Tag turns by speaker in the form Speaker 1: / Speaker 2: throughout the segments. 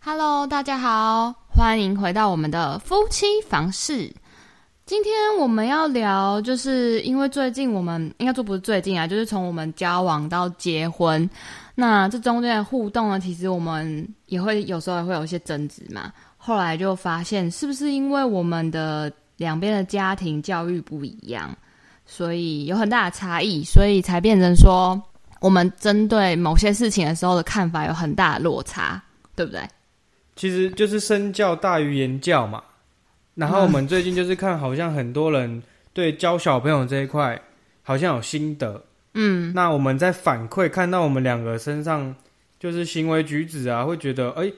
Speaker 1: Hello，大家好，欢迎回到我们的夫妻房事。今天我们要聊，就是因为最近我们应该说不是最近啊，就是从我们交往到结婚，那这中间的互动呢，其实我们也会有时候也会有一些争执嘛。后来就发现，是不是因为我们的两边的家庭教育不一样，所以有很大的差异，所以才变成说我们针对某些事情的时候的看法有很大的落差，对不对？
Speaker 2: 其实就是身教大于言教嘛。然后我们最近就是看，好像很多人对教小朋友这一块好像有心得。嗯，那我们在反馈看到我们两个身上就是行为举止啊，会觉得哎、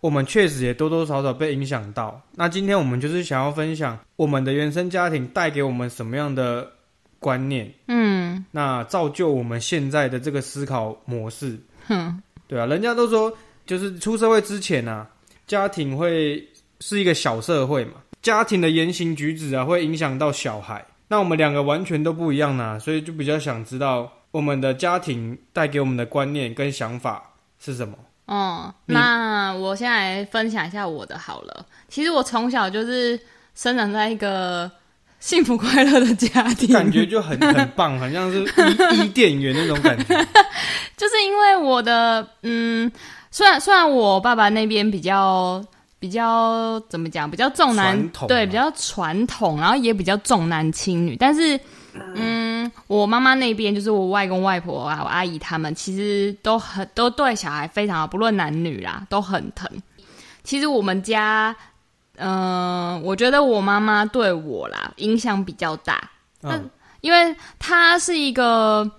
Speaker 2: 我们确实也多多少少被影响到。那今天我们就是想要分享我们的原生家庭带给我们什么样的观念，
Speaker 1: 嗯，
Speaker 2: 那造就我们现在的这个思考模式。对啊，人家都说就是出社会之前啊，家庭会是一个小社会嘛，家庭的言行举止啊，会影响到小孩。那我们两个完全都不一样啊呢、所以就比较想知道我们的家庭带给我们的观念跟想法是什么。
Speaker 1: 哦，
Speaker 2: 你
Speaker 1: 那我先来分享一下我的好了。其实我从小就是生长在一个幸福快乐的家庭，
Speaker 2: 感觉就很很棒，好像是伊伊甸园那种感觉。
Speaker 1: 就是因为我的嗯，虽然虽然我爸爸那边比较比较怎么讲，比较重男
Speaker 2: 传统
Speaker 1: 对
Speaker 2: 嘛
Speaker 1: 比较传统，然后也比较重男轻女，但是。嗯，我妈妈那边就是我外公外婆啊，我阿姨他们其实都很都对小孩非常好，不论男女啦，都很疼。其实我们家，嗯、我觉得我妈妈对我啦影响比较大，
Speaker 2: 嗯，
Speaker 1: 因为她是一个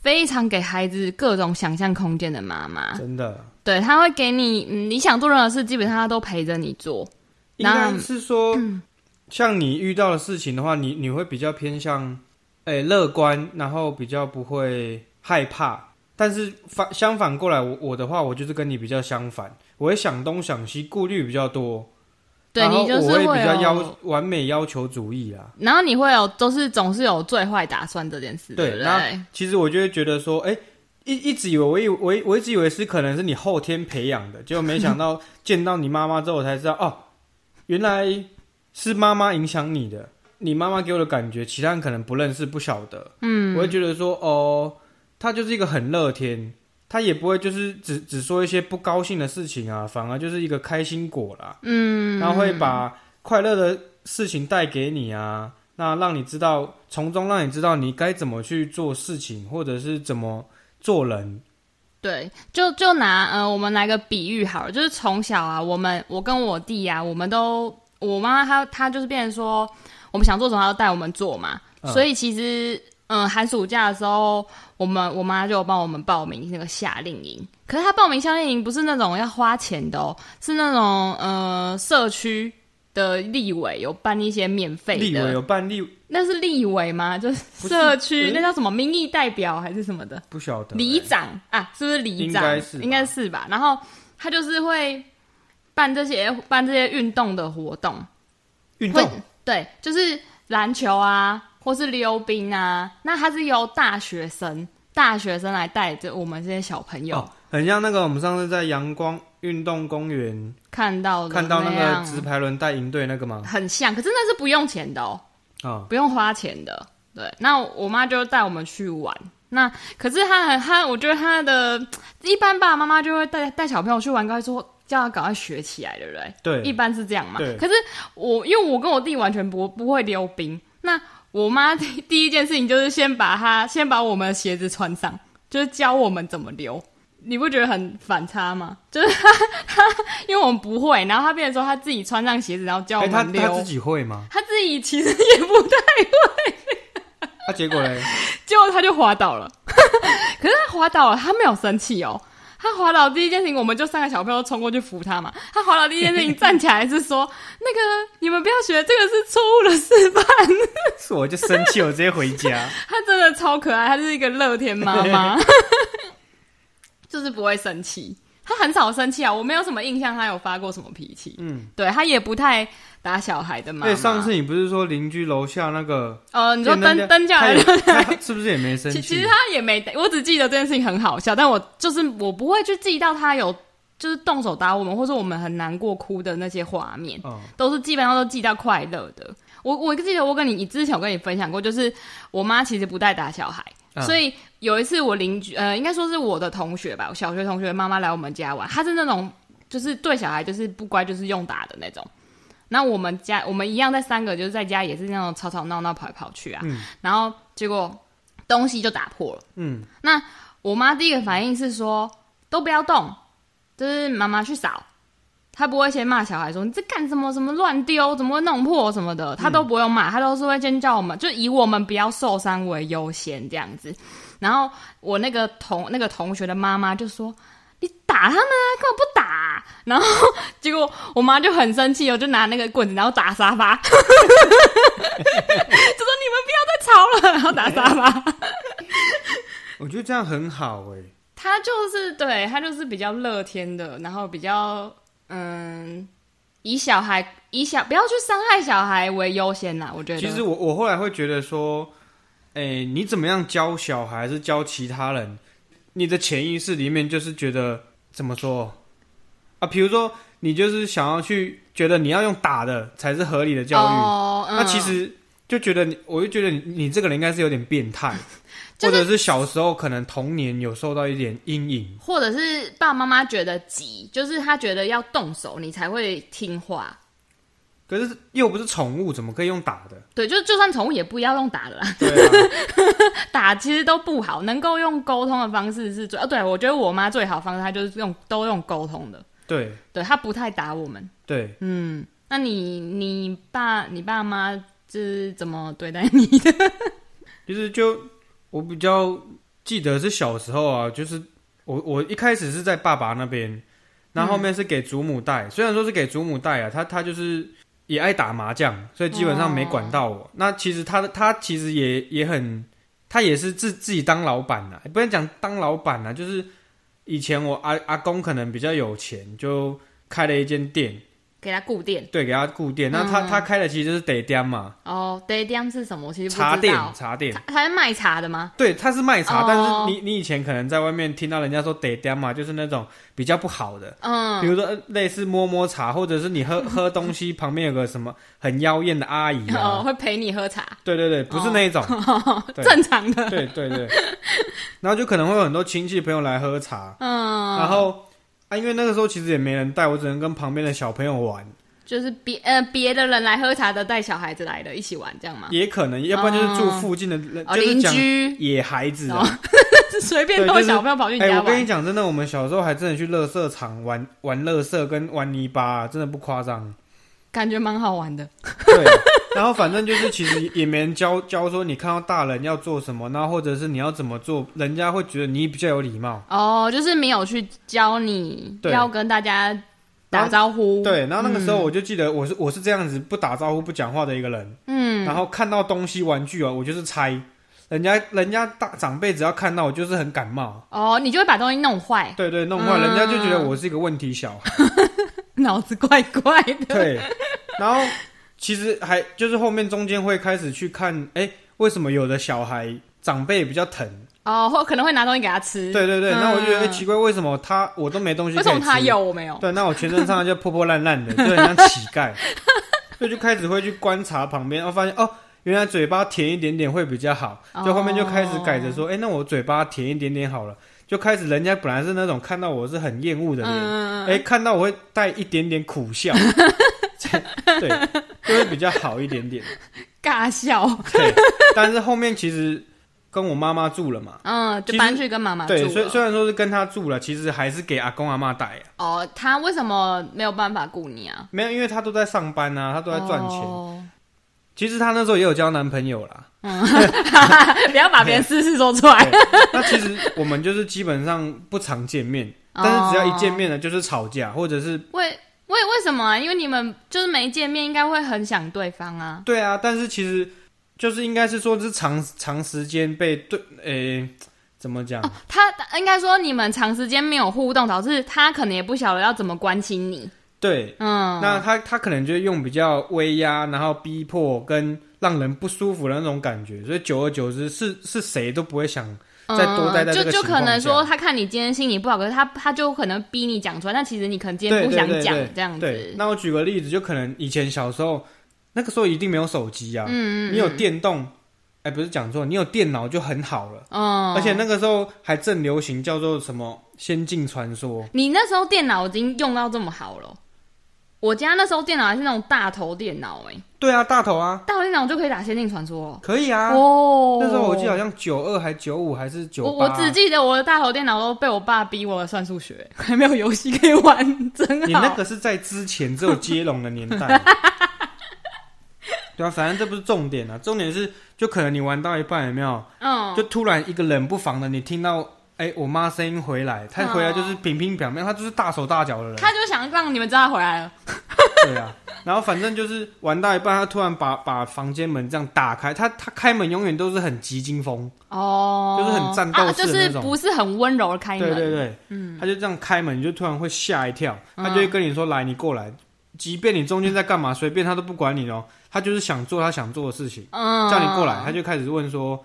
Speaker 1: 非常给孩子各种想象空间的妈妈，
Speaker 2: 嗯真的，
Speaker 1: 对，她会给你、嗯、你想做任何事，基本上她都陪着你做。
Speaker 2: 应
Speaker 1: 那嗯
Speaker 2: 该是说，像你遇到的事情的话，你你会比较偏向，哎、乐观，然后比较不会害怕。但是反相反过来，我我的话，我就是跟你比较相反，我会想东想西，顾虑比较多，
Speaker 1: 对
Speaker 2: 然后
Speaker 1: 你就是
Speaker 2: 我会
Speaker 1: 有
Speaker 2: 比较要完美要求主义啊啦。
Speaker 1: 然后你会有都是总是有最坏打算这件事，对
Speaker 2: 对
Speaker 1: 不
Speaker 2: 那
Speaker 1: 对？
Speaker 2: 其实我就会觉得说，哎、一一直以为我以我以我一直以为是可能是你后天培养的，结果没想到见到你妈妈之后，我才知道哦，原来是妈妈影响你的。你妈妈给我的感觉，其他人可能不认识、不晓得。嗯，我会觉得说，哦，她就是一个很乐天，她也不会就是只只说一些不高兴的事情啊，反而就是一个开心果啦。嗯，然后会把快乐的事情带给你啊，那让你知道，从中让你知道你该怎么去做事情，或者是怎么做人。
Speaker 1: 对，就就拿呃，我们来个比喻好了，就是从小啊，我们我跟我弟啊，我们都我妈妈她她就是变成说，我们想做什么，她都带我们做嘛。
Speaker 2: 嗯
Speaker 1: 所以其实嗯、呃寒暑假的时候，我们我妈就有帮我们报名那个夏令营。可是她报名夏令营不是那种要花钱的哦，是那种呃社区的立委有办一些免费的，
Speaker 2: 立委有办立，
Speaker 1: 那是立委吗？就是
Speaker 2: 不是
Speaker 1: 社区
Speaker 2: 嗯
Speaker 1: 那叫什么民意代表还是什么的？
Speaker 2: 不晓得、
Speaker 1: 里长啊，是不是里长？
Speaker 2: 应该是吧
Speaker 1: 是吧。然后他就是会办这些办这些运动的活动，
Speaker 2: 运
Speaker 1: 会
Speaker 2: 动
Speaker 1: 对，就是篮球啊，或是溜冰啊。那他是由大学生大学生来带着我们这些小朋友
Speaker 2: 哦，很像那个我们上次在阳光运动公园
Speaker 1: 看到的
Speaker 2: 看到那
Speaker 1: 哦样
Speaker 2: 个直排轮带营队那个吗？
Speaker 1: 很像，可是那是不用钱的哦。
Speaker 2: 啊、
Speaker 1: 不用花钱的。对，那我妈就带我们去玩。那可是她很她，我觉得她的一般爸爸妈妈就会带带小朋友去玩，该说叫他赶快学起来，对不对？
Speaker 2: 对，
Speaker 1: 一般是这样嘛。
Speaker 2: 对
Speaker 1: 可是我因为我跟我弟完全不不会溜冰，那我妈第第一件事情就是先把他先把我们的鞋子穿上，就是教我们怎么溜。你不觉得很反差吗？就是他他，因为我们不会，然后他变成说他自己穿上鞋子，然后教我
Speaker 2: 哎、他
Speaker 1: 们溜。
Speaker 2: 他自己会吗？
Speaker 1: 他自己其实也不太
Speaker 2: 啊，结 果嘞，
Speaker 1: 结果他就滑倒了。 可是他滑倒了，他没有生气哦。他滑倒第一件事情，我们就三个小朋友冲过去扶他嘛。他滑倒第一件事情站起来是说：“ 那个你们不要学，这个是错误的示范。
Speaker 2: 是我就生气，我直接回家。”
Speaker 1: 他真的超可爱，他是一个乐天妈妈， 就是不会生气。他很少生气啊，我没有什么印象他有发过什么脾气。
Speaker 2: 嗯，
Speaker 1: 对他也不太打小孩的妈
Speaker 2: 对，
Speaker 1: 妈。
Speaker 2: 哎上次你不是说邻居楼下那个？
Speaker 1: 呃，你说
Speaker 2: 见那
Speaker 1: 登
Speaker 2: 家
Speaker 1: 登 下来
Speaker 2: 他也他是不是也没生
Speaker 1: 其
Speaker 2: 气？
Speaker 1: 其实他也没，我只记得这件事情很好笑，但我就是我不会去记到他有就是动手打我们，或者我们很难过哭的那些画面，
Speaker 2: 嗯，
Speaker 1: 都是基本上都记到快乐的。我我记得我跟你，你之前有跟你分享过，就是我妈其实不带打小孩，
Speaker 2: 嗯
Speaker 1: 所以有一次我邻居，呃，应该说是我的同学吧，我小学同学的妈妈来我们家玩，她是那种就是对小孩就是不乖就是用打的那种。那我们家我们一样在三个就是在家也是那种吵吵闹闹跑来跑去啊，
Speaker 2: 嗯
Speaker 1: 然后结果东西就打破了。
Speaker 2: 嗯
Speaker 1: 那我妈第一个反应是说都不要动，就是妈妈去扫。她不会先骂小孩说你这干什么什么乱丢，怎么会弄破什么的，她都不会骂，她都是会先叫我们，就以我们不要受伤为优先这样子。然后我那个同那个同学的妈妈就说。你打他们啊，干嘛不打啊、然后结果我妈就很生气哦，我就拿那个棍子，然后打沙发， 就说你们不要再吵了，然后打沙发。
Speaker 2: 我觉得这样很好哎、
Speaker 1: 他就是对他就是比较乐天的，然后比较嗯，以小孩以小不要去伤害小孩为优先啦，我觉得。
Speaker 2: 其实我我后来会觉得说，哎、你怎么样教小孩，还是教其他人？你的潜意识里面就是觉得怎么说啊？比如说，你就是想要去觉得你要用打的才是合理的教育，
Speaker 1: 哦，嗯
Speaker 2: 那其实就觉得你，我就觉得你你这个人应该是有点变态，
Speaker 1: 就是
Speaker 2: 或者是小时候可能童年有受到一点阴影。
Speaker 1: 或者是爸爸妈妈觉得急，就是他觉得要动手你才会听话。
Speaker 2: 可是又不是宠物，怎么可以用打的？
Speaker 1: 对，就就算宠物也不要用打的啦，
Speaker 2: 对啊，
Speaker 1: 打其实都不好，能够用沟通的方式是最。哦，对，我觉得我妈最好的方式，她就是用都用沟通的，
Speaker 2: 对
Speaker 1: 对她不太打我们。
Speaker 2: 对，
Speaker 1: 嗯，那你你爸你爸妈就是怎么对待 你的？
Speaker 2: 其实就我比较记得是小时候啊，就是我我一开始是在爸爸那边，然后后面是给祖母带，虽然说是给祖母带啊，他他就是也爱打麻将，所以基本上没管到
Speaker 1: 哦
Speaker 2: 我。那其实他他其实也也很，他也是自自己当老板呐、不能讲当老板呐、就是以前我阿阿公可能比较有钱，就开了一间店，
Speaker 1: 给他固店
Speaker 2: 对，给他顾店。那他、
Speaker 1: 嗯
Speaker 2: 他开的其实就是得店嘛，
Speaker 1: 哦，对，这样是什么？我其实
Speaker 2: 茶
Speaker 1: 不知
Speaker 2: 店
Speaker 1: 道，
Speaker 2: 茶店
Speaker 1: 他。他是卖茶的吗？
Speaker 2: 对，他是卖茶，
Speaker 1: 哦
Speaker 2: 但是你你以前可能在外面听到人家说得颠嘛，就是那种比较不好的，比
Speaker 1: 嗯，
Speaker 2: 如说呃类似摸摸茶，或者是你喝 喝东西旁边有个什么很妖艳的阿姨
Speaker 1: 哦，
Speaker 2: 啊，
Speaker 1: 会陪你喝茶，
Speaker 2: 对对对，不是那一种，对
Speaker 1: 正常的。
Speaker 2: 对对对，然后就可能会有很多亲戚朋友来喝茶，
Speaker 1: 嗯，
Speaker 2: 然后啊，因为那个时候其实也没人带，我只能跟旁边的小朋友玩，
Speaker 1: 就是别呃别的人来喝茶的，带小孩子来的，一起玩这样吗？
Speaker 2: 也可能，要不然就是住附近的人，
Speaker 1: 啊哦，
Speaker 2: 就是
Speaker 1: 邻
Speaker 2: 讲
Speaker 1: 居
Speaker 2: 野孩子啊
Speaker 1: 哦，随便
Speaker 2: 对就
Speaker 1: 都
Speaker 2: 是
Speaker 1: 小朋友跑去你
Speaker 2: 哎、
Speaker 1: 家
Speaker 2: 我跟你
Speaker 1: 玩，
Speaker 2: 讲，真的，我们小时候还真的去乐色场玩玩乐色跟玩泥巴、啊真的不 夸张。
Speaker 1: 感觉蛮好玩的。
Speaker 2: 对，然后反正就是其实也没人教教说你看到大人要做什么，然后或者是你要怎么做，人家会觉得你比较有礼貌。
Speaker 1: 哦，就是没有去教你
Speaker 2: 对
Speaker 1: 要跟大家打招呼。，
Speaker 2: 对，然后那个
Speaker 1: 嗯
Speaker 2: 时候我就记得我是、我是这样子不打招呼不讲话的一个人，
Speaker 1: 嗯，
Speaker 2: 然后看到东西玩具啊，我就是拆。人家人家大长辈只要看到我就是很感冒，
Speaker 1: 哦，你就会把东西弄坏。
Speaker 2: 对对，弄坏、
Speaker 1: 嗯
Speaker 2: 人家就觉得我是一个问题小孩。
Speaker 1: 脑子怪怪 的。
Speaker 2: 对，然后其实还就是后面中间会开始去看，哎、为什么有的小孩长辈比较疼？
Speaker 1: 哦，或可能会拿东西给他吃。，
Speaker 2: 对对对，
Speaker 1: 嗯
Speaker 2: 那我就觉得、哎奇怪，为什么他我都没东西可
Speaker 1: 为
Speaker 2: 以
Speaker 1: 什么他
Speaker 2: 吃？
Speaker 1: 有我没有？
Speaker 2: 对，那我全身上下就破破烂烂的，就很像乞 丐，所以就开始会去观察旁边，然后发现哦。原来嘴巴甜一点点会比较好，
Speaker 1: 哦
Speaker 2: 就后面就开始改着说，哎、那我嘴巴甜一点点好了，就开始人家本来是那种看到我是很厌恶的脸，
Speaker 1: 嗯，
Speaker 2: 哎、看到我会带一点点苦 笑，对，就会比较好一点点。
Speaker 1: 尬笑。
Speaker 2: 对，但是后面其实跟我妈妈住了嘛，
Speaker 1: 嗯，就
Speaker 2: 其实
Speaker 1: 搬去跟妈妈住
Speaker 2: 对，虽
Speaker 1: 了。
Speaker 2: 虽然说是跟她住了，其实还是给阿公阿妈带、啊，
Speaker 1: 哦，他为什么没有办法顾你啊？
Speaker 2: 没有，因为她都在上班啊，她都在赚钱。
Speaker 1: 哦
Speaker 2: 其实她那时候也有交男朋友啦，
Speaker 1: 不要把别人私事说出来。
Speaker 2: 那其实我们就是基本上不常见面，
Speaker 1: 哦
Speaker 2: 但是只要一见，面呢，就是吵架，或者是
Speaker 1: 为为为什么啊？因为你们就是没见面，应该会很想对方啊。
Speaker 2: 对啊，但是其实就是应该是说是长长时间被对，诶、怎么讲？
Speaker 1: 哦，他应该说你们长时间没有互动，导致他可能也不晓得要怎么关心你。
Speaker 2: 对，
Speaker 1: 嗯，
Speaker 2: 那他他可能就用比较威压，然后逼迫跟让人不舒服的那种感觉，所以久而久之是是谁都不会想再多待在这
Speaker 1: 嗯就
Speaker 2: 个
Speaker 1: 就
Speaker 2: 情况
Speaker 1: 可能
Speaker 2: 下
Speaker 1: 说，他看你今天心情不好，可是他他就可能逼你讲出来，但其实你可能今天不想讲
Speaker 2: 对对对对
Speaker 1: 这样
Speaker 2: 对
Speaker 1: 子，。
Speaker 2: 那我举个例子，就可能以前小时候，那个时候一定没有手机啊，
Speaker 1: 嗯嗯，
Speaker 2: 你有电动，哎、不是讲错，你有电脑就很好了。
Speaker 1: 嗯，
Speaker 2: 而且那个时候还正流行叫做什么《仙境传说》，
Speaker 1: 你那时候电脑已经用到这么好了，我家那时候电脑还是那种大头电脑哎、
Speaker 2: 对啊，大头啊，
Speaker 1: 大头电脑就可以打《仙境传说》了。
Speaker 2: 可以啊。
Speaker 1: 哦，
Speaker 2: 那时候我记得好像九二还九五还是九
Speaker 1: 我
Speaker 2: 八，啊
Speaker 1: 我只记得我的大头电脑都被我爸逼我算数学， 还没有游戏可以玩，真好。
Speaker 2: 你那个是在之前只有接龙的年代。对啊，反正这不是重点啊，重点是就可能你玩到一半有没有，
Speaker 1: 嗯，
Speaker 2: 就突然一个冷不防的你听到，哎、我妈声音回来，她回来就是平平表面，她就是大手大脚的人，
Speaker 1: 他就想让你们知道他回来了。
Speaker 2: 对啊。然后反正就是玩到一半，她突然把把房间门这样打开，她她开门永远都是很急惊风，
Speaker 1: 哦，
Speaker 2: 就是很战斗
Speaker 1: 啊，
Speaker 2: 式
Speaker 1: 就
Speaker 2: 的
Speaker 1: 是
Speaker 2: 那种
Speaker 1: 不是很温柔的开门。
Speaker 2: 对对对，
Speaker 1: 嗯
Speaker 2: 她就这样开门，你就突然会吓一跳，她就会跟你说、来，你过来，即便你中间在干嘛，随便她都不管你哦，她就是想做她想做的事情。
Speaker 1: 嗯，
Speaker 2: 叫你过来，他就开始问说：“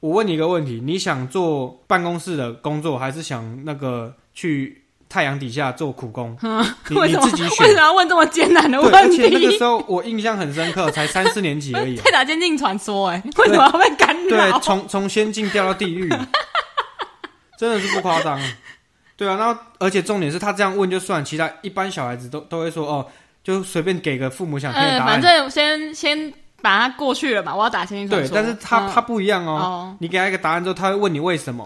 Speaker 2: 我问你一个问题，你想做办公室的工作，还是想那个去太阳底下做苦 工？你
Speaker 1: 为
Speaker 2: 你
Speaker 1: 什么
Speaker 2: 自己
Speaker 1: 为
Speaker 2: 选
Speaker 1: 什么。要问这么艰难”的
Speaker 2: 对，
Speaker 1: 问
Speaker 2: 而
Speaker 1: 题
Speaker 2: 且？那个时候我印象很深刻，才三四年级而已、啊
Speaker 1: 在打《监禁传说》哎，为什么要被干
Speaker 2: 对，
Speaker 1: 扰？
Speaker 2: 从从仙境掉到地 狱，真的是不夸张。对啊，然后而且重点是他这样问就算，其他一般小孩子都都会说哦，就随便给个父母想听的
Speaker 1: 嗯，
Speaker 2: 答
Speaker 1: 反
Speaker 2: 案。
Speaker 1: 正先先把它过去了嘛，我要打《监禁传
Speaker 2: 对
Speaker 1: 说》，。
Speaker 2: 但是他
Speaker 1: 嗯
Speaker 2: 他不一样哦，
Speaker 1: 哦，
Speaker 2: 你给他一个答案之后，他会问你为 什么。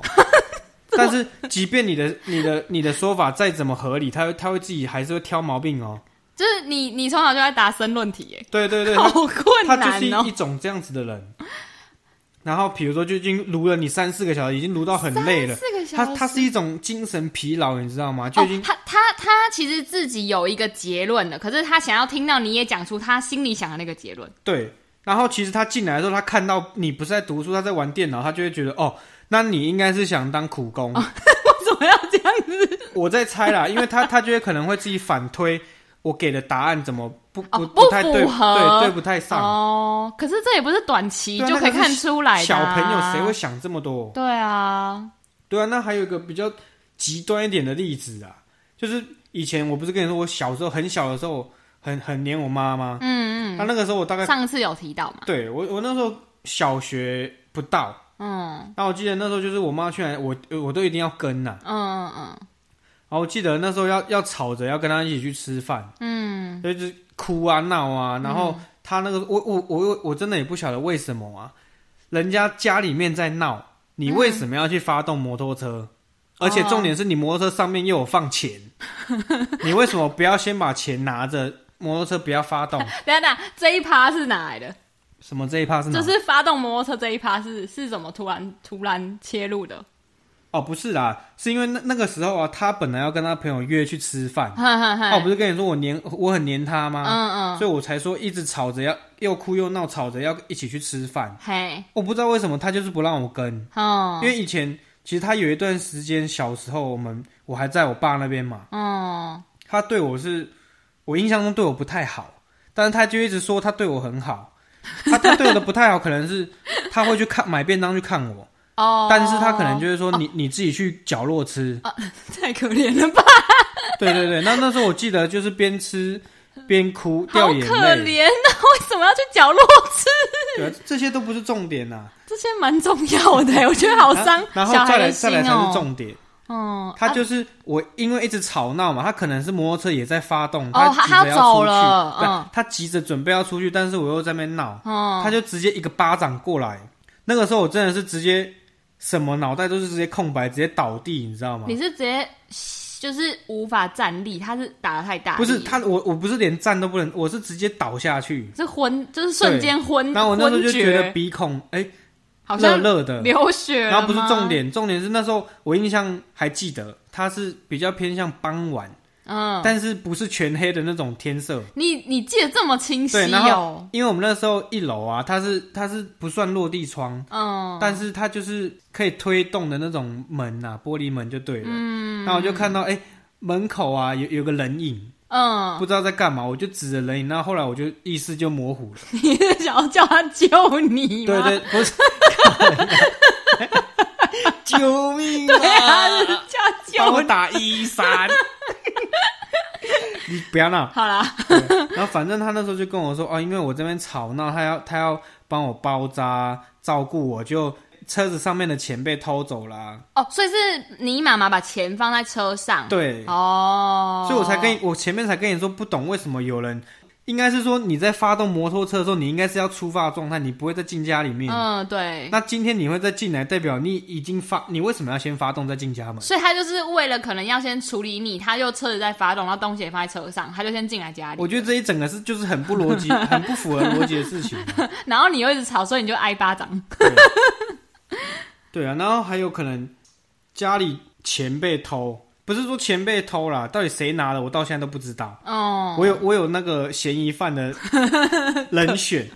Speaker 2: 但是，即便你的、你的、你的说法再怎么合理，他会他会自己还是会挑毛病哦。
Speaker 1: 就是你你从小就在答申论题哎。
Speaker 2: 对对对，
Speaker 1: 好
Speaker 2: 他
Speaker 1: 困
Speaker 2: 他
Speaker 1: 难
Speaker 2: 就是
Speaker 1: 哦
Speaker 2: 一一！种这样子的人。然后，比如说，就已经撸了你三四个小时，已经撸到很累了。
Speaker 1: 四个小
Speaker 2: 他
Speaker 1: 时，
Speaker 2: 他是一种精神疲劳，你知道吗？就
Speaker 1: 哦
Speaker 2: 已经、，
Speaker 1: 他他他其实自己有一个结论的，可是他想要听到你也讲出他心里想的那个结论。
Speaker 2: 对。然后，其实他进来的时候，他看到你不是在读书，他在玩电脑，他就会觉得哦，那你应该是想当苦工。
Speaker 1: 哦为什么要这样子？
Speaker 2: 我在猜啦，因为他他就会可能会自己反推我给的答案怎么不不、
Speaker 1: 哦不
Speaker 2: 太对，
Speaker 1: 符合
Speaker 2: 对对不太上。
Speaker 1: 哦，可是这也不是短期
Speaker 2: 对啊
Speaker 1: 就可以
Speaker 2: 那个
Speaker 1: 看
Speaker 2: 是
Speaker 1: 出来的
Speaker 2: 小
Speaker 1: 啊、
Speaker 2: 朋友谁会想这么多？
Speaker 1: 对啊，
Speaker 2: 对啊，那还有一个比较极端一点的例子啊，就是以前我不是跟你说，我小时候很小的时候，很很黏我妈吗？
Speaker 1: 嗯
Speaker 2: 她、那个时候我大
Speaker 1: 嗯，
Speaker 2: 概
Speaker 1: 上次有提到嘛，
Speaker 2: 对我我那时候小学不到，
Speaker 1: 嗯
Speaker 2: 那我记得那时候就是我妈去哪里，我呃我都一定要跟呐、
Speaker 1: 嗯嗯
Speaker 2: 然后我记得那时候要要吵着要跟她一起去吃饭。
Speaker 1: 嗯
Speaker 2: 就是哭啊闹啊，然后他那个我我我我真的也不晓得为什么啊，人家家里面在闹，你为什么要去发动摩托车？而且重点是你摩托车上面又有放钱，你为什么不要先把钱拿着？摩托车不要发动
Speaker 1: 嗯，，等一下等一下，这一趴是哪来的？
Speaker 2: 什么这一趴是哪？
Speaker 1: 就是发动摩托车这一趴是是怎么突然突然切入的？
Speaker 2: 哦，不是啦，是因为那那个时候啊，他本来要跟他朋友约去吃饭，
Speaker 1: 哈哈
Speaker 2: 那、
Speaker 1: 哈，
Speaker 2: 我不是啊跟你说我黏我很黏他吗？
Speaker 1: 哎 嗯嗯，
Speaker 2: 所以我才说一直吵着要又哭又闹，吵着要一起去吃饭。
Speaker 1: 嘿，
Speaker 2: 我不知道为什么他就是不让我跟，
Speaker 1: 嗯
Speaker 2: 因为以前其实他有一段时间小时候，我们我还在我爸那边嘛，
Speaker 1: 嗯
Speaker 2: 他对我是，我印象中对我不太好，但是他就一直说他对我很好，他他对我的不太好，可能是他会去看买便当去看我，
Speaker 1: 哦，
Speaker 2: 但是他可能就会说你、你自己去角落吃，
Speaker 1: 太可怜了吧，
Speaker 2: 对对对，那那时候我记得就是边吃边哭
Speaker 1: 好
Speaker 2: 掉眼
Speaker 1: 可
Speaker 2: 泪，
Speaker 1: 怜啊！为什么要去角落吃？
Speaker 2: 对啊，这些都不是重点呐、啊
Speaker 1: 这些蛮重要 的，我觉得好伤
Speaker 2: 然后
Speaker 1: 小
Speaker 2: 再
Speaker 1: 孩
Speaker 2: 来
Speaker 1: 的
Speaker 2: 再
Speaker 1: 心
Speaker 2: 来才是
Speaker 1: 哦。
Speaker 2: 重点。
Speaker 1: 嗯，
Speaker 2: 他
Speaker 1: 啊
Speaker 2: 就是我，因为一直吵闹嘛，他可能是摩托车也在发动，
Speaker 1: 哦
Speaker 2: 急
Speaker 1: 他
Speaker 2: 着
Speaker 1: 他
Speaker 2: 要
Speaker 1: 走
Speaker 2: 出去，
Speaker 1: 了
Speaker 2: 对
Speaker 1: 嗯
Speaker 2: 他急着准备要出去，但是我又在那边闹，
Speaker 1: 嗯，
Speaker 2: 他就直接一个巴掌过来。那个时候我真的是直接什么脑袋都是直接空白，直接倒地，你知道吗？
Speaker 1: 啊你是直接就是无法站立，他是打的太大力，
Speaker 2: 不是他，我我不是连站都不能，我是直接倒下去。
Speaker 1: 是昏，就是瞬间昏，
Speaker 2: 然后我那时候就
Speaker 1: 昏厥
Speaker 2: 觉得鼻孔哎
Speaker 1: 好
Speaker 2: 热
Speaker 1: 像
Speaker 2: 热的，
Speaker 1: 流血了
Speaker 2: 然后不是
Speaker 1: 吗
Speaker 2: 重，点，重点是那时候我印象还记得，它是比较偏向傍晚，
Speaker 1: 嗯，
Speaker 2: 但是不是全黑的那种天色。
Speaker 1: 你你记得这么清晰
Speaker 2: 对，然后
Speaker 1: 哦，
Speaker 2: 因为我们那时候一楼啊，它是它是不算落地窗，
Speaker 1: 嗯，
Speaker 2: 但是它就是可以推动的那种门呐、玻璃门就对了。嗯，那我就看到哎、门口啊有有个人影，
Speaker 1: 嗯，
Speaker 2: 不知道在干嘛，我就指着人影，那后来我就意识就模糊了。
Speaker 1: 你 是想要叫他救你吗？
Speaker 2: 对对，不是， 救命
Speaker 1: 对啊，是
Speaker 2: 啊！帮
Speaker 1: 叫
Speaker 2: 我
Speaker 1: 救。
Speaker 2: 打一三。 你不要闹。
Speaker 1: 好啦，
Speaker 2: 然后反正他那时候就跟我说，哦，因为我这边吵闹，他要他要帮我包扎照顾我，就车子上面的钱被偷走啦、
Speaker 1: 哦，所以是你妈妈把钱放在车上，
Speaker 2: 对，
Speaker 1: 哦，
Speaker 2: 所以我才跟你我前面才跟你说，不懂为什么有人，应该是说你在发动摩托车的时候，你应该是要出发的状态，你不会再进家里面。
Speaker 1: 嗯，对，
Speaker 2: 那今天你会再进来，代表你已经发，你为什么要先发动再进家门？
Speaker 1: 所以他就是为了可能要先处理你，他就车子在发动，然后东西也放在车上，他就先进来家里，
Speaker 2: 我觉得这一整个是就是很不 逻辑、很不符合逻辑的事情。
Speaker 1: 然后你又一直吵，所以你就挨巴掌。
Speaker 2: 对对啊，然后还有可能家里钱被偷，不是说钱被偷啦，到底谁拿的，我到现在都不知道。
Speaker 1: 哦，
Speaker 2: 我有我有那个嫌疑 犯的人选，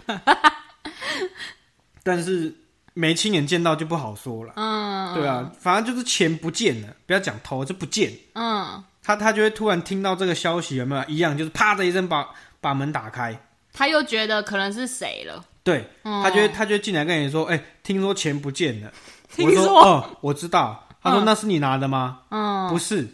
Speaker 2: 但是没亲眼见到就不好说了。
Speaker 1: 嗯，
Speaker 2: 对啊，反正就是钱不见了，不要讲偷，就不见。
Speaker 1: 嗯，
Speaker 2: 他他就会突然听到这个消息，有没有？一样就是啪的一声把把门打开，
Speaker 1: 他又觉得可能是谁了，
Speaker 2: 对
Speaker 1: 嗯
Speaker 2: 他就会他就会进来跟你说，哎、听说钱不见了。
Speaker 1: 听
Speaker 2: 我说
Speaker 1: 说
Speaker 2: 哦，我知道。他说、
Speaker 1: 嗯
Speaker 2: 那是你拿的吗？
Speaker 1: 嗯，
Speaker 2: 不是，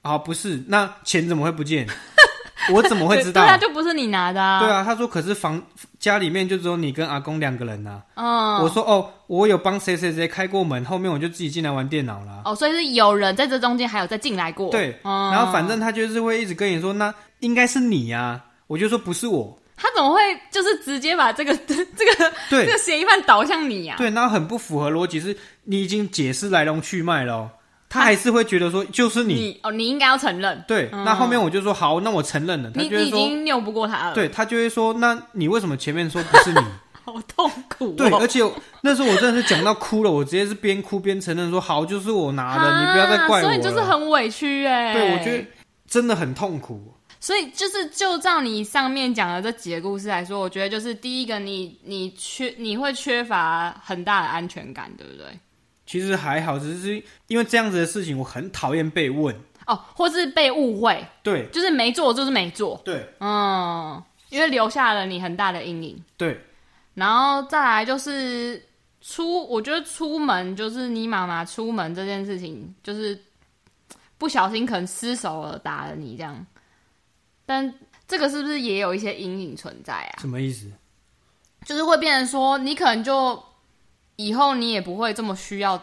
Speaker 2: 啊不是，那钱怎么会不见？ 我怎么会知道？
Speaker 1: 对啊，就不是你拿的、啊，
Speaker 2: 对，啊，他说可是房家里面就只有你跟阿公两个人呐、
Speaker 1: 嗯，
Speaker 2: 我说哦，我有帮谁谁谁开过门，后面我就自己进来玩电脑啦。
Speaker 1: 哦，所以是有人在这中间还有再进来过，
Speaker 2: 对，
Speaker 1: 嗯，
Speaker 2: 然后反正他就是会一直跟你说，那应该是你呀、我就说不是我，
Speaker 1: 他怎么会就是直接把这个 这个这
Speaker 2: 对
Speaker 1: 个嫌疑犯导向你啊呀、
Speaker 2: 对，那很不符合逻辑，是你已经解释来龙去脉了哦、他还是会觉得说就是
Speaker 1: 啊
Speaker 2: 你。
Speaker 1: 你哦，你应该要承认，
Speaker 2: 对，那后面我就说好，那我承认了。他
Speaker 1: 你
Speaker 2: 就
Speaker 1: 你
Speaker 2: 会
Speaker 1: 已
Speaker 2: 说，
Speaker 1: 经拗不过他了，
Speaker 2: 对他就会说，那你为什么前面说不是你？
Speaker 1: 好痛苦、哦，
Speaker 2: 对，而且那时候我真的是讲到哭了，我直接是边哭边承认说，好，就是我拿的，你不要再怪我
Speaker 1: 啊所以
Speaker 2: 了。
Speaker 1: 你就是很委屈哎、
Speaker 2: 对，我觉得真的很痛苦。
Speaker 1: 所以就是就照你上面讲的这几个故事来说，我觉得就是第一个你，你缺你会缺乏很大的安全感，对不对？
Speaker 2: 其实还好，只是因为这样子的事情，我很讨厌被问。
Speaker 1: 哦，或是被误会，
Speaker 2: 对，
Speaker 1: 就是没做就是没做，
Speaker 2: 对，
Speaker 1: 嗯，因为留下了你很大的阴影。
Speaker 2: 对，
Speaker 1: 然后再来就是出，我觉得出门就是你妈妈出门这件事情，就是不小心可能失手了打了你这样，但这个是不是也有一些阴影存在啊？
Speaker 2: 什么意思？
Speaker 1: 就是会变成说，你可能就以后你也不会这么需要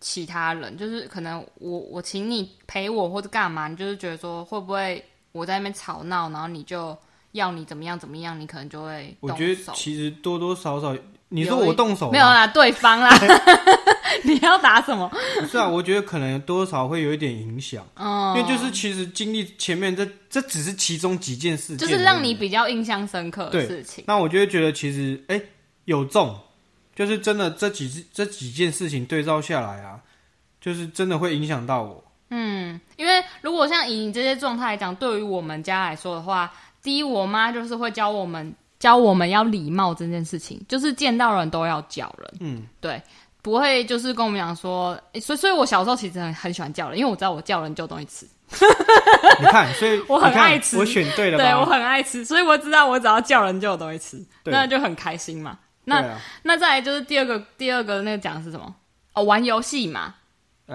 Speaker 1: 其他人，就是可能我我请你陪我或者干嘛，你就是觉得说会不会我在那边吵闹，然后你就要你怎么样怎么样，你可能就会
Speaker 2: 我
Speaker 1: 动
Speaker 2: 觉得
Speaker 1: 手。
Speaker 2: 其实多多少少，你说
Speaker 1: 有一
Speaker 2: 我动手
Speaker 1: 没有啊
Speaker 2: 吗
Speaker 1: 啦，对方 啦，你要打什么？
Speaker 2: 不是啊，我觉得可能多少会有一点影响，
Speaker 1: 嗯，
Speaker 2: 因为就是其实经历前面这这只是其中几件事
Speaker 1: 就
Speaker 2: 件而已，
Speaker 1: 是让你比较印象深刻的
Speaker 2: 对
Speaker 1: 事情。
Speaker 2: 那我就会觉得其实哎、有中，就是真的这几这几件事情对照下来啊，就是真的会影响到我。
Speaker 1: 嗯，因为如果像以你这些状态来讲，对于我们家来说的话，第一，我妈就是会教我们教我们要礼貌这件事情，就是见到人都要叫人，
Speaker 2: 嗯，
Speaker 1: 对，不会就是跟我们讲说，诶所以所以我小时候其实很很喜欢叫人，因为我知道我叫人就有东西吃，
Speaker 2: 你看，所以
Speaker 1: 我很
Speaker 2: 你看
Speaker 1: 爱吃
Speaker 2: 我选对啊了
Speaker 1: 对我
Speaker 2: 吧？
Speaker 1: 很爱吃，所以我知道我只要叫人就有东西吃，
Speaker 2: 对
Speaker 1: 那就很开心嘛。那
Speaker 2: 对啊，
Speaker 1: 那再来就是第二个，第二个那个讲的是什么？哦，玩游戏嘛。
Speaker 2: 嗯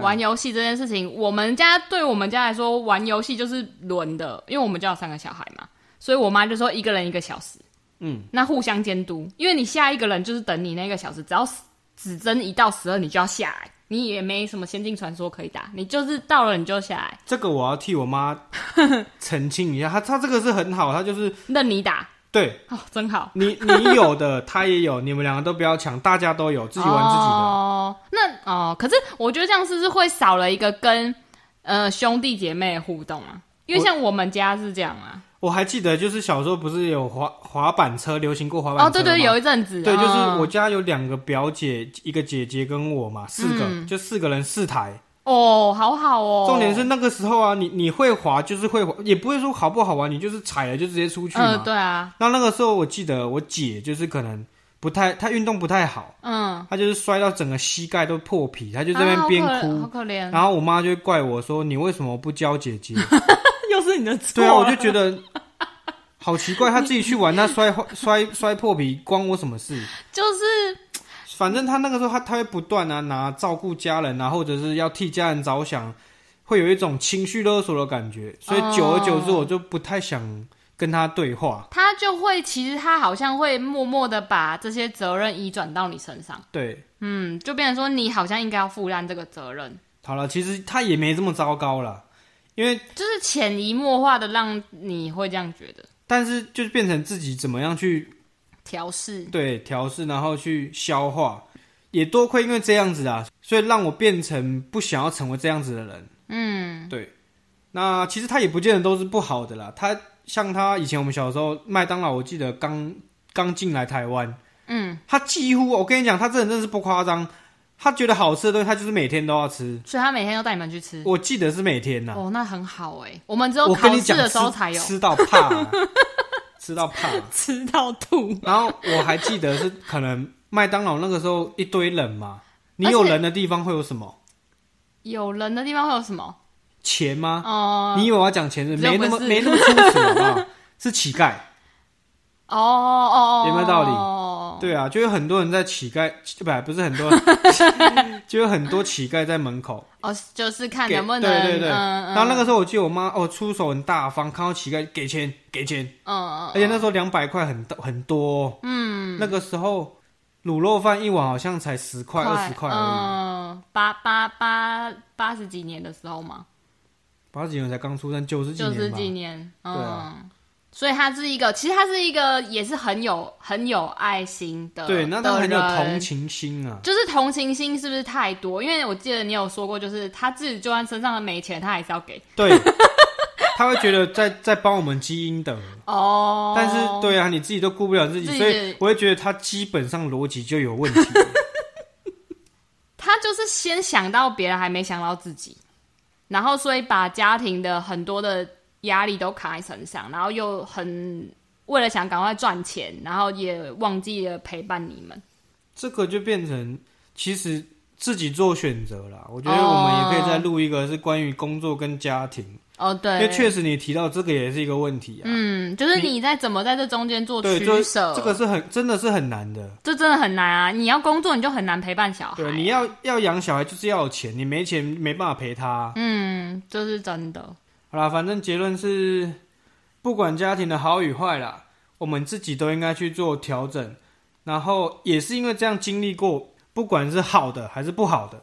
Speaker 1: 玩游戏这件事情，我们家对我们家来说，玩游戏就是轮的，因为我们家有三个小孩嘛，所以我妈就说一个人一个小时，
Speaker 2: 嗯，
Speaker 1: 那互相监督，因为你下一个人就是等你那个小时，只要指针一到十二，你就要下来，你也没什么先进传说可以打，你就是到了你就下来，
Speaker 2: 这个我要替 我妈澄清一下，她她这个是很好，她就是
Speaker 1: 任你 打，
Speaker 2: 对
Speaker 1: 哦，真好，
Speaker 2: 你你有的，她也有，你们两个都不要抢，大家都有，自己玩自己的。
Speaker 1: 哦，那哦，可是我觉得这样是不是会少了一个跟呃兄弟姐妹的互动啊？因为
Speaker 2: 我
Speaker 1: 像我们家是这样啊，
Speaker 2: 我还记得，就是小时候不是有滑滑板车，流行过滑板车
Speaker 1: 哦，对对，
Speaker 2: 吗
Speaker 1: 有一阵子，
Speaker 2: 对，就是
Speaker 1: 嗯
Speaker 2: 我家有两个表姐，一个姐姐跟我嘛，四个、
Speaker 1: 嗯
Speaker 2: 就四个人四台。
Speaker 1: 哦，好好哦。
Speaker 2: 重点是，那个时候啊，你你会滑就是会滑，也不会说好不好玩，你就是踩了就直接出去
Speaker 1: 嗯、
Speaker 2: 嘛。
Speaker 1: 对啊，
Speaker 2: 那那个时候我记得我姐就是可能不太，她运动不太好，
Speaker 1: 嗯，
Speaker 2: 她就是摔到整个膝盖都破皮，她就在
Speaker 1: 啊
Speaker 2: 那边
Speaker 1: 好可
Speaker 2: 边哭。
Speaker 1: 好可怜，
Speaker 2: 然后我妈就会怪我说：“你为什么不教姐姐？”
Speaker 1: 又 是你的错
Speaker 2: 对啊，我就觉得 好奇怪，他自己去玩，他摔坏摔摔破皮，关我什么事？
Speaker 1: 就是
Speaker 2: 反正他那个时候他他会不断啊拿照顾家人啊，或者是要替家人着想，会有一种情绪勒索的感觉，所以久而久之
Speaker 1: 哦
Speaker 2: 我就不太想跟他对话。
Speaker 1: 他就会，其实他好像会默默的把这些责任移转到你身上，
Speaker 2: 对，
Speaker 1: 嗯，就变成说你好像应该要负担这个责任，
Speaker 2: 好了，其实他也没这么糟糕啦，因为
Speaker 1: 就是潜移默化的让你会这样觉得
Speaker 2: 但是就是变成自己怎么样去
Speaker 1: 调试。
Speaker 2: 对调试，然后去消化。也多亏因为这样子啊，所以让我变成不想要成为这样子的人。
Speaker 1: 嗯，
Speaker 2: 对，那其实他也不见得都是不好的啦。他像他以前我们小时候，麦当劳我记得刚刚进来台湾，嗯，他几乎我跟你讲，他这人真的是不夸张，他觉得好吃的东西，他就是每天都要吃。
Speaker 1: 所以他每天都带你们去吃。
Speaker 2: 我记得是每天呐、
Speaker 1: 哦，那很好哎、我们只有
Speaker 2: 我
Speaker 1: 考
Speaker 2: 跟你
Speaker 1: 试
Speaker 2: 讲，
Speaker 1: 的时候
Speaker 2: 吃
Speaker 1: 才有
Speaker 2: 吃到怕啊、 吃到怕啊、
Speaker 1: 吃到吐。
Speaker 2: 然后我还记得是可能麦当劳那个时候一堆人嘛，你有
Speaker 1: 而且
Speaker 2: 人的地方会有什么
Speaker 1: 有人的地方会有什么？
Speaker 2: 钱吗？
Speaker 1: 哦、
Speaker 2: 你以为我要讲钱是
Speaker 1: 这
Speaker 2: 没那
Speaker 1: 不
Speaker 2: 么
Speaker 1: 是
Speaker 2: 没那么粗俗好不好？是乞 丐，
Speaker 1: 哦哦哦，
Speaker 2: 有没有道理
Speaker 1: 理？
Speaker 2: 对啊，就有很多人在乞丐，乞不不是 很多，就有很多乞丐在门口。
Speaker 1: 哦，就是看
Speaker 2: 给
Speaker 1: 能不能，
Speaker 2: 对对对
Speaker 1: 嗯嗯
Speaker 2: 然后那个时候我记得我妈哦出手很大方，看到乞丐给钱给钱，
Speaker 1: 嗯嗯，
Speaker 2: 而且那时候两百块很很多、嗯，那个时候卤肉饭一碗好像才十块二十块而已，
Speaker 1: 嗯，八八八八十几年的时候嘛，
Speaker 2: 八十几年才刚出生，九十几
Speaker 1: 九
Speaker 2: 年吧。
Speaker 1: 十几年，嗯，
Speaker 2: 对啊
Speaker 1: 所以他是一个，其实他是一个也是很有很有爱心的，
Speaker 2: 对，那他很有
Speaker 1: 的呃人
Speaker 2: 同情心啊。
Speaker 1: 就是同情心是不是太多？因为我记得你有说过，就是他自己就算身上没钱，他还是要给
Speaker 2: 对，他会觉得在在帮我们积阴德，
Speaker 1: 哦。
Speaker 2: 但是对啊，你自己都顾不了自己，
Speaker 1: 自己
Speaker 2: 所以我会觉得他基本上逻辑就有问题。
Speaker 1: 他就是先想到别人，还没想到自己，然后所以把家庭的很多的压力都扛在身上，然后又很为了想赶快赚钱，然后也忘记了陪伴你们。
Speaker 2: 这个就变成其实自己做选择啦。我觉得我们也可以再录一个是关于工作跟家庭，
Speaker 1: 哦，
Speaker 2: 因
Speaker 1: 对，
Speaker 2: 为确实你提到这个也是一个问题啊。
Speaker 1: 嗯，就是你在怎么在这中间做
Speaker 2: 对，
Speaker 1: 取
Speaker 2: 就是
Speaker 1: 舍，
Speaker 2: 这个是很真的是很难的。
Speaker 1: 这真的很难啊！你要工作，你就很难陪伴小孩
Speaker 2: 对，，你要要养小孩就是要有钱，你没钱没办法陪他啊、
Speaker 1: 嗯，这、是真的。
Speaker 2: 好啦，反正结论是，不管家庭的好与坏啦，我们自己都应该去做调整。然后也是因为这样经历过，不管是好的还是不好的，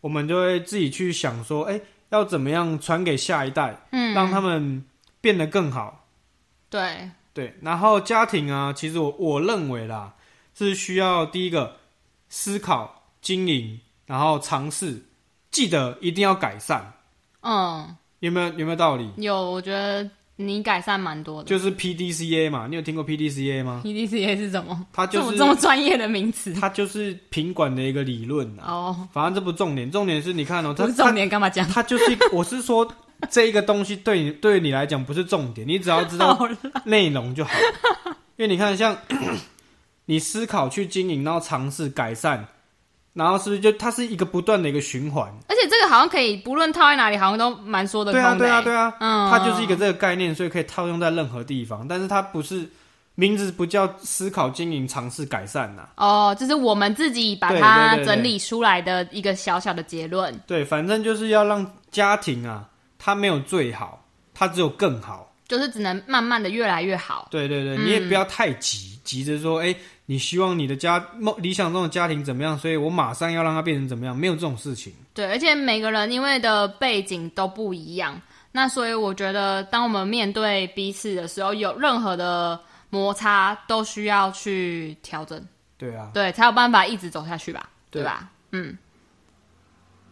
Speaker 2: 我们就会自己去想说，哎、要怎么样传给下一代，
Speaker 1: 嗯，
Speaker 2: 让他们变得更好。
Speaker 1: 对，
Speaker 2: 对，然后家庭啊，其实我我认为啦，是需要第一个思考、经营，然后尝试，记得一定要改善。
Speaker 1: 嗯，
Speaker 2: 有没有有没有道理？
Speaker 1: 有，我觉得你改善蛮多的。
Speaker 2: 就是 PDCA 嘛，你有听过 PDCA 吗？
Speaker 1: PDCA 是什么？
Speaker 2: 它就
Speaker 1: 这么
Speaker 2: 是
Speaker 1: 这么专业的名 词
Speaker 2: 它就是品管的一个理论啊。
Speaker 1: 哦，
Speaker 2: 反正这不重点，重点是你看哦，它
Speaker 1: 不是重
Speaker 2: 它
Speaker 1: 点，干嘛讲？
Speaker 2: 它就是一 个我是说这一个东西对你对你来讲不是重点，你只要知道
Speaker 1: 好了，
Speaker 2: 内容就好。因为你看像 你思考去经营，然后尝试改善，然后是不是就它是一个不断的一个循环？
Speaker 1: 而且这个好像可以，不论套在哪里，好像都蛮说得
Speaker 2: 对啊，
Speaker 1: 通的
Speaker 2: 对
Speaker 1: 欸、
Speaker 2: 啊，对啊，
Speaker 1: 嗯，
Speaker 2: 它就是一个这个概念，所以可以套用在任何地方，但是它不是名字不叫思考、经营、尝试、改善啊呐、
Speaker 1: 哦，就是我们自己把
Speaker 2: 对
Speaker 1: 它
Speaker 2: 对对对
Speaker 1: 整理出来的一个小小的结论。
Speaker 2: 对，反正就是要让家庭啊，它没有最好，它只有更好。
Speaker 1: 就是只能慢慢的越来越好，
Speaker 2: 对对对，你也不要太急，急着说，哎、你希望你的家梦理想中的家庭怎么样，所以我马上要让它变成怎么样，没有这种事情。
Speaker 1: 对，而且每个人因为的背景都不一样，那所以我觉得，当我们面对彼此的时候，有任何的摩擦，都需要去调整。
Speaker 2: 对啊，
Speaker 1: 对，才有办法一直走下去吧，对
Speaker 2: 对
Speaker 1: 吧？嗯，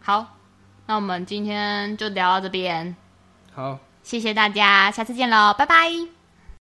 Speaker 1: 好，那我们今天就聊到这边，
Speaker 2: 好，
Speaker 1: 谢谢大家，下次见喽，拜拜。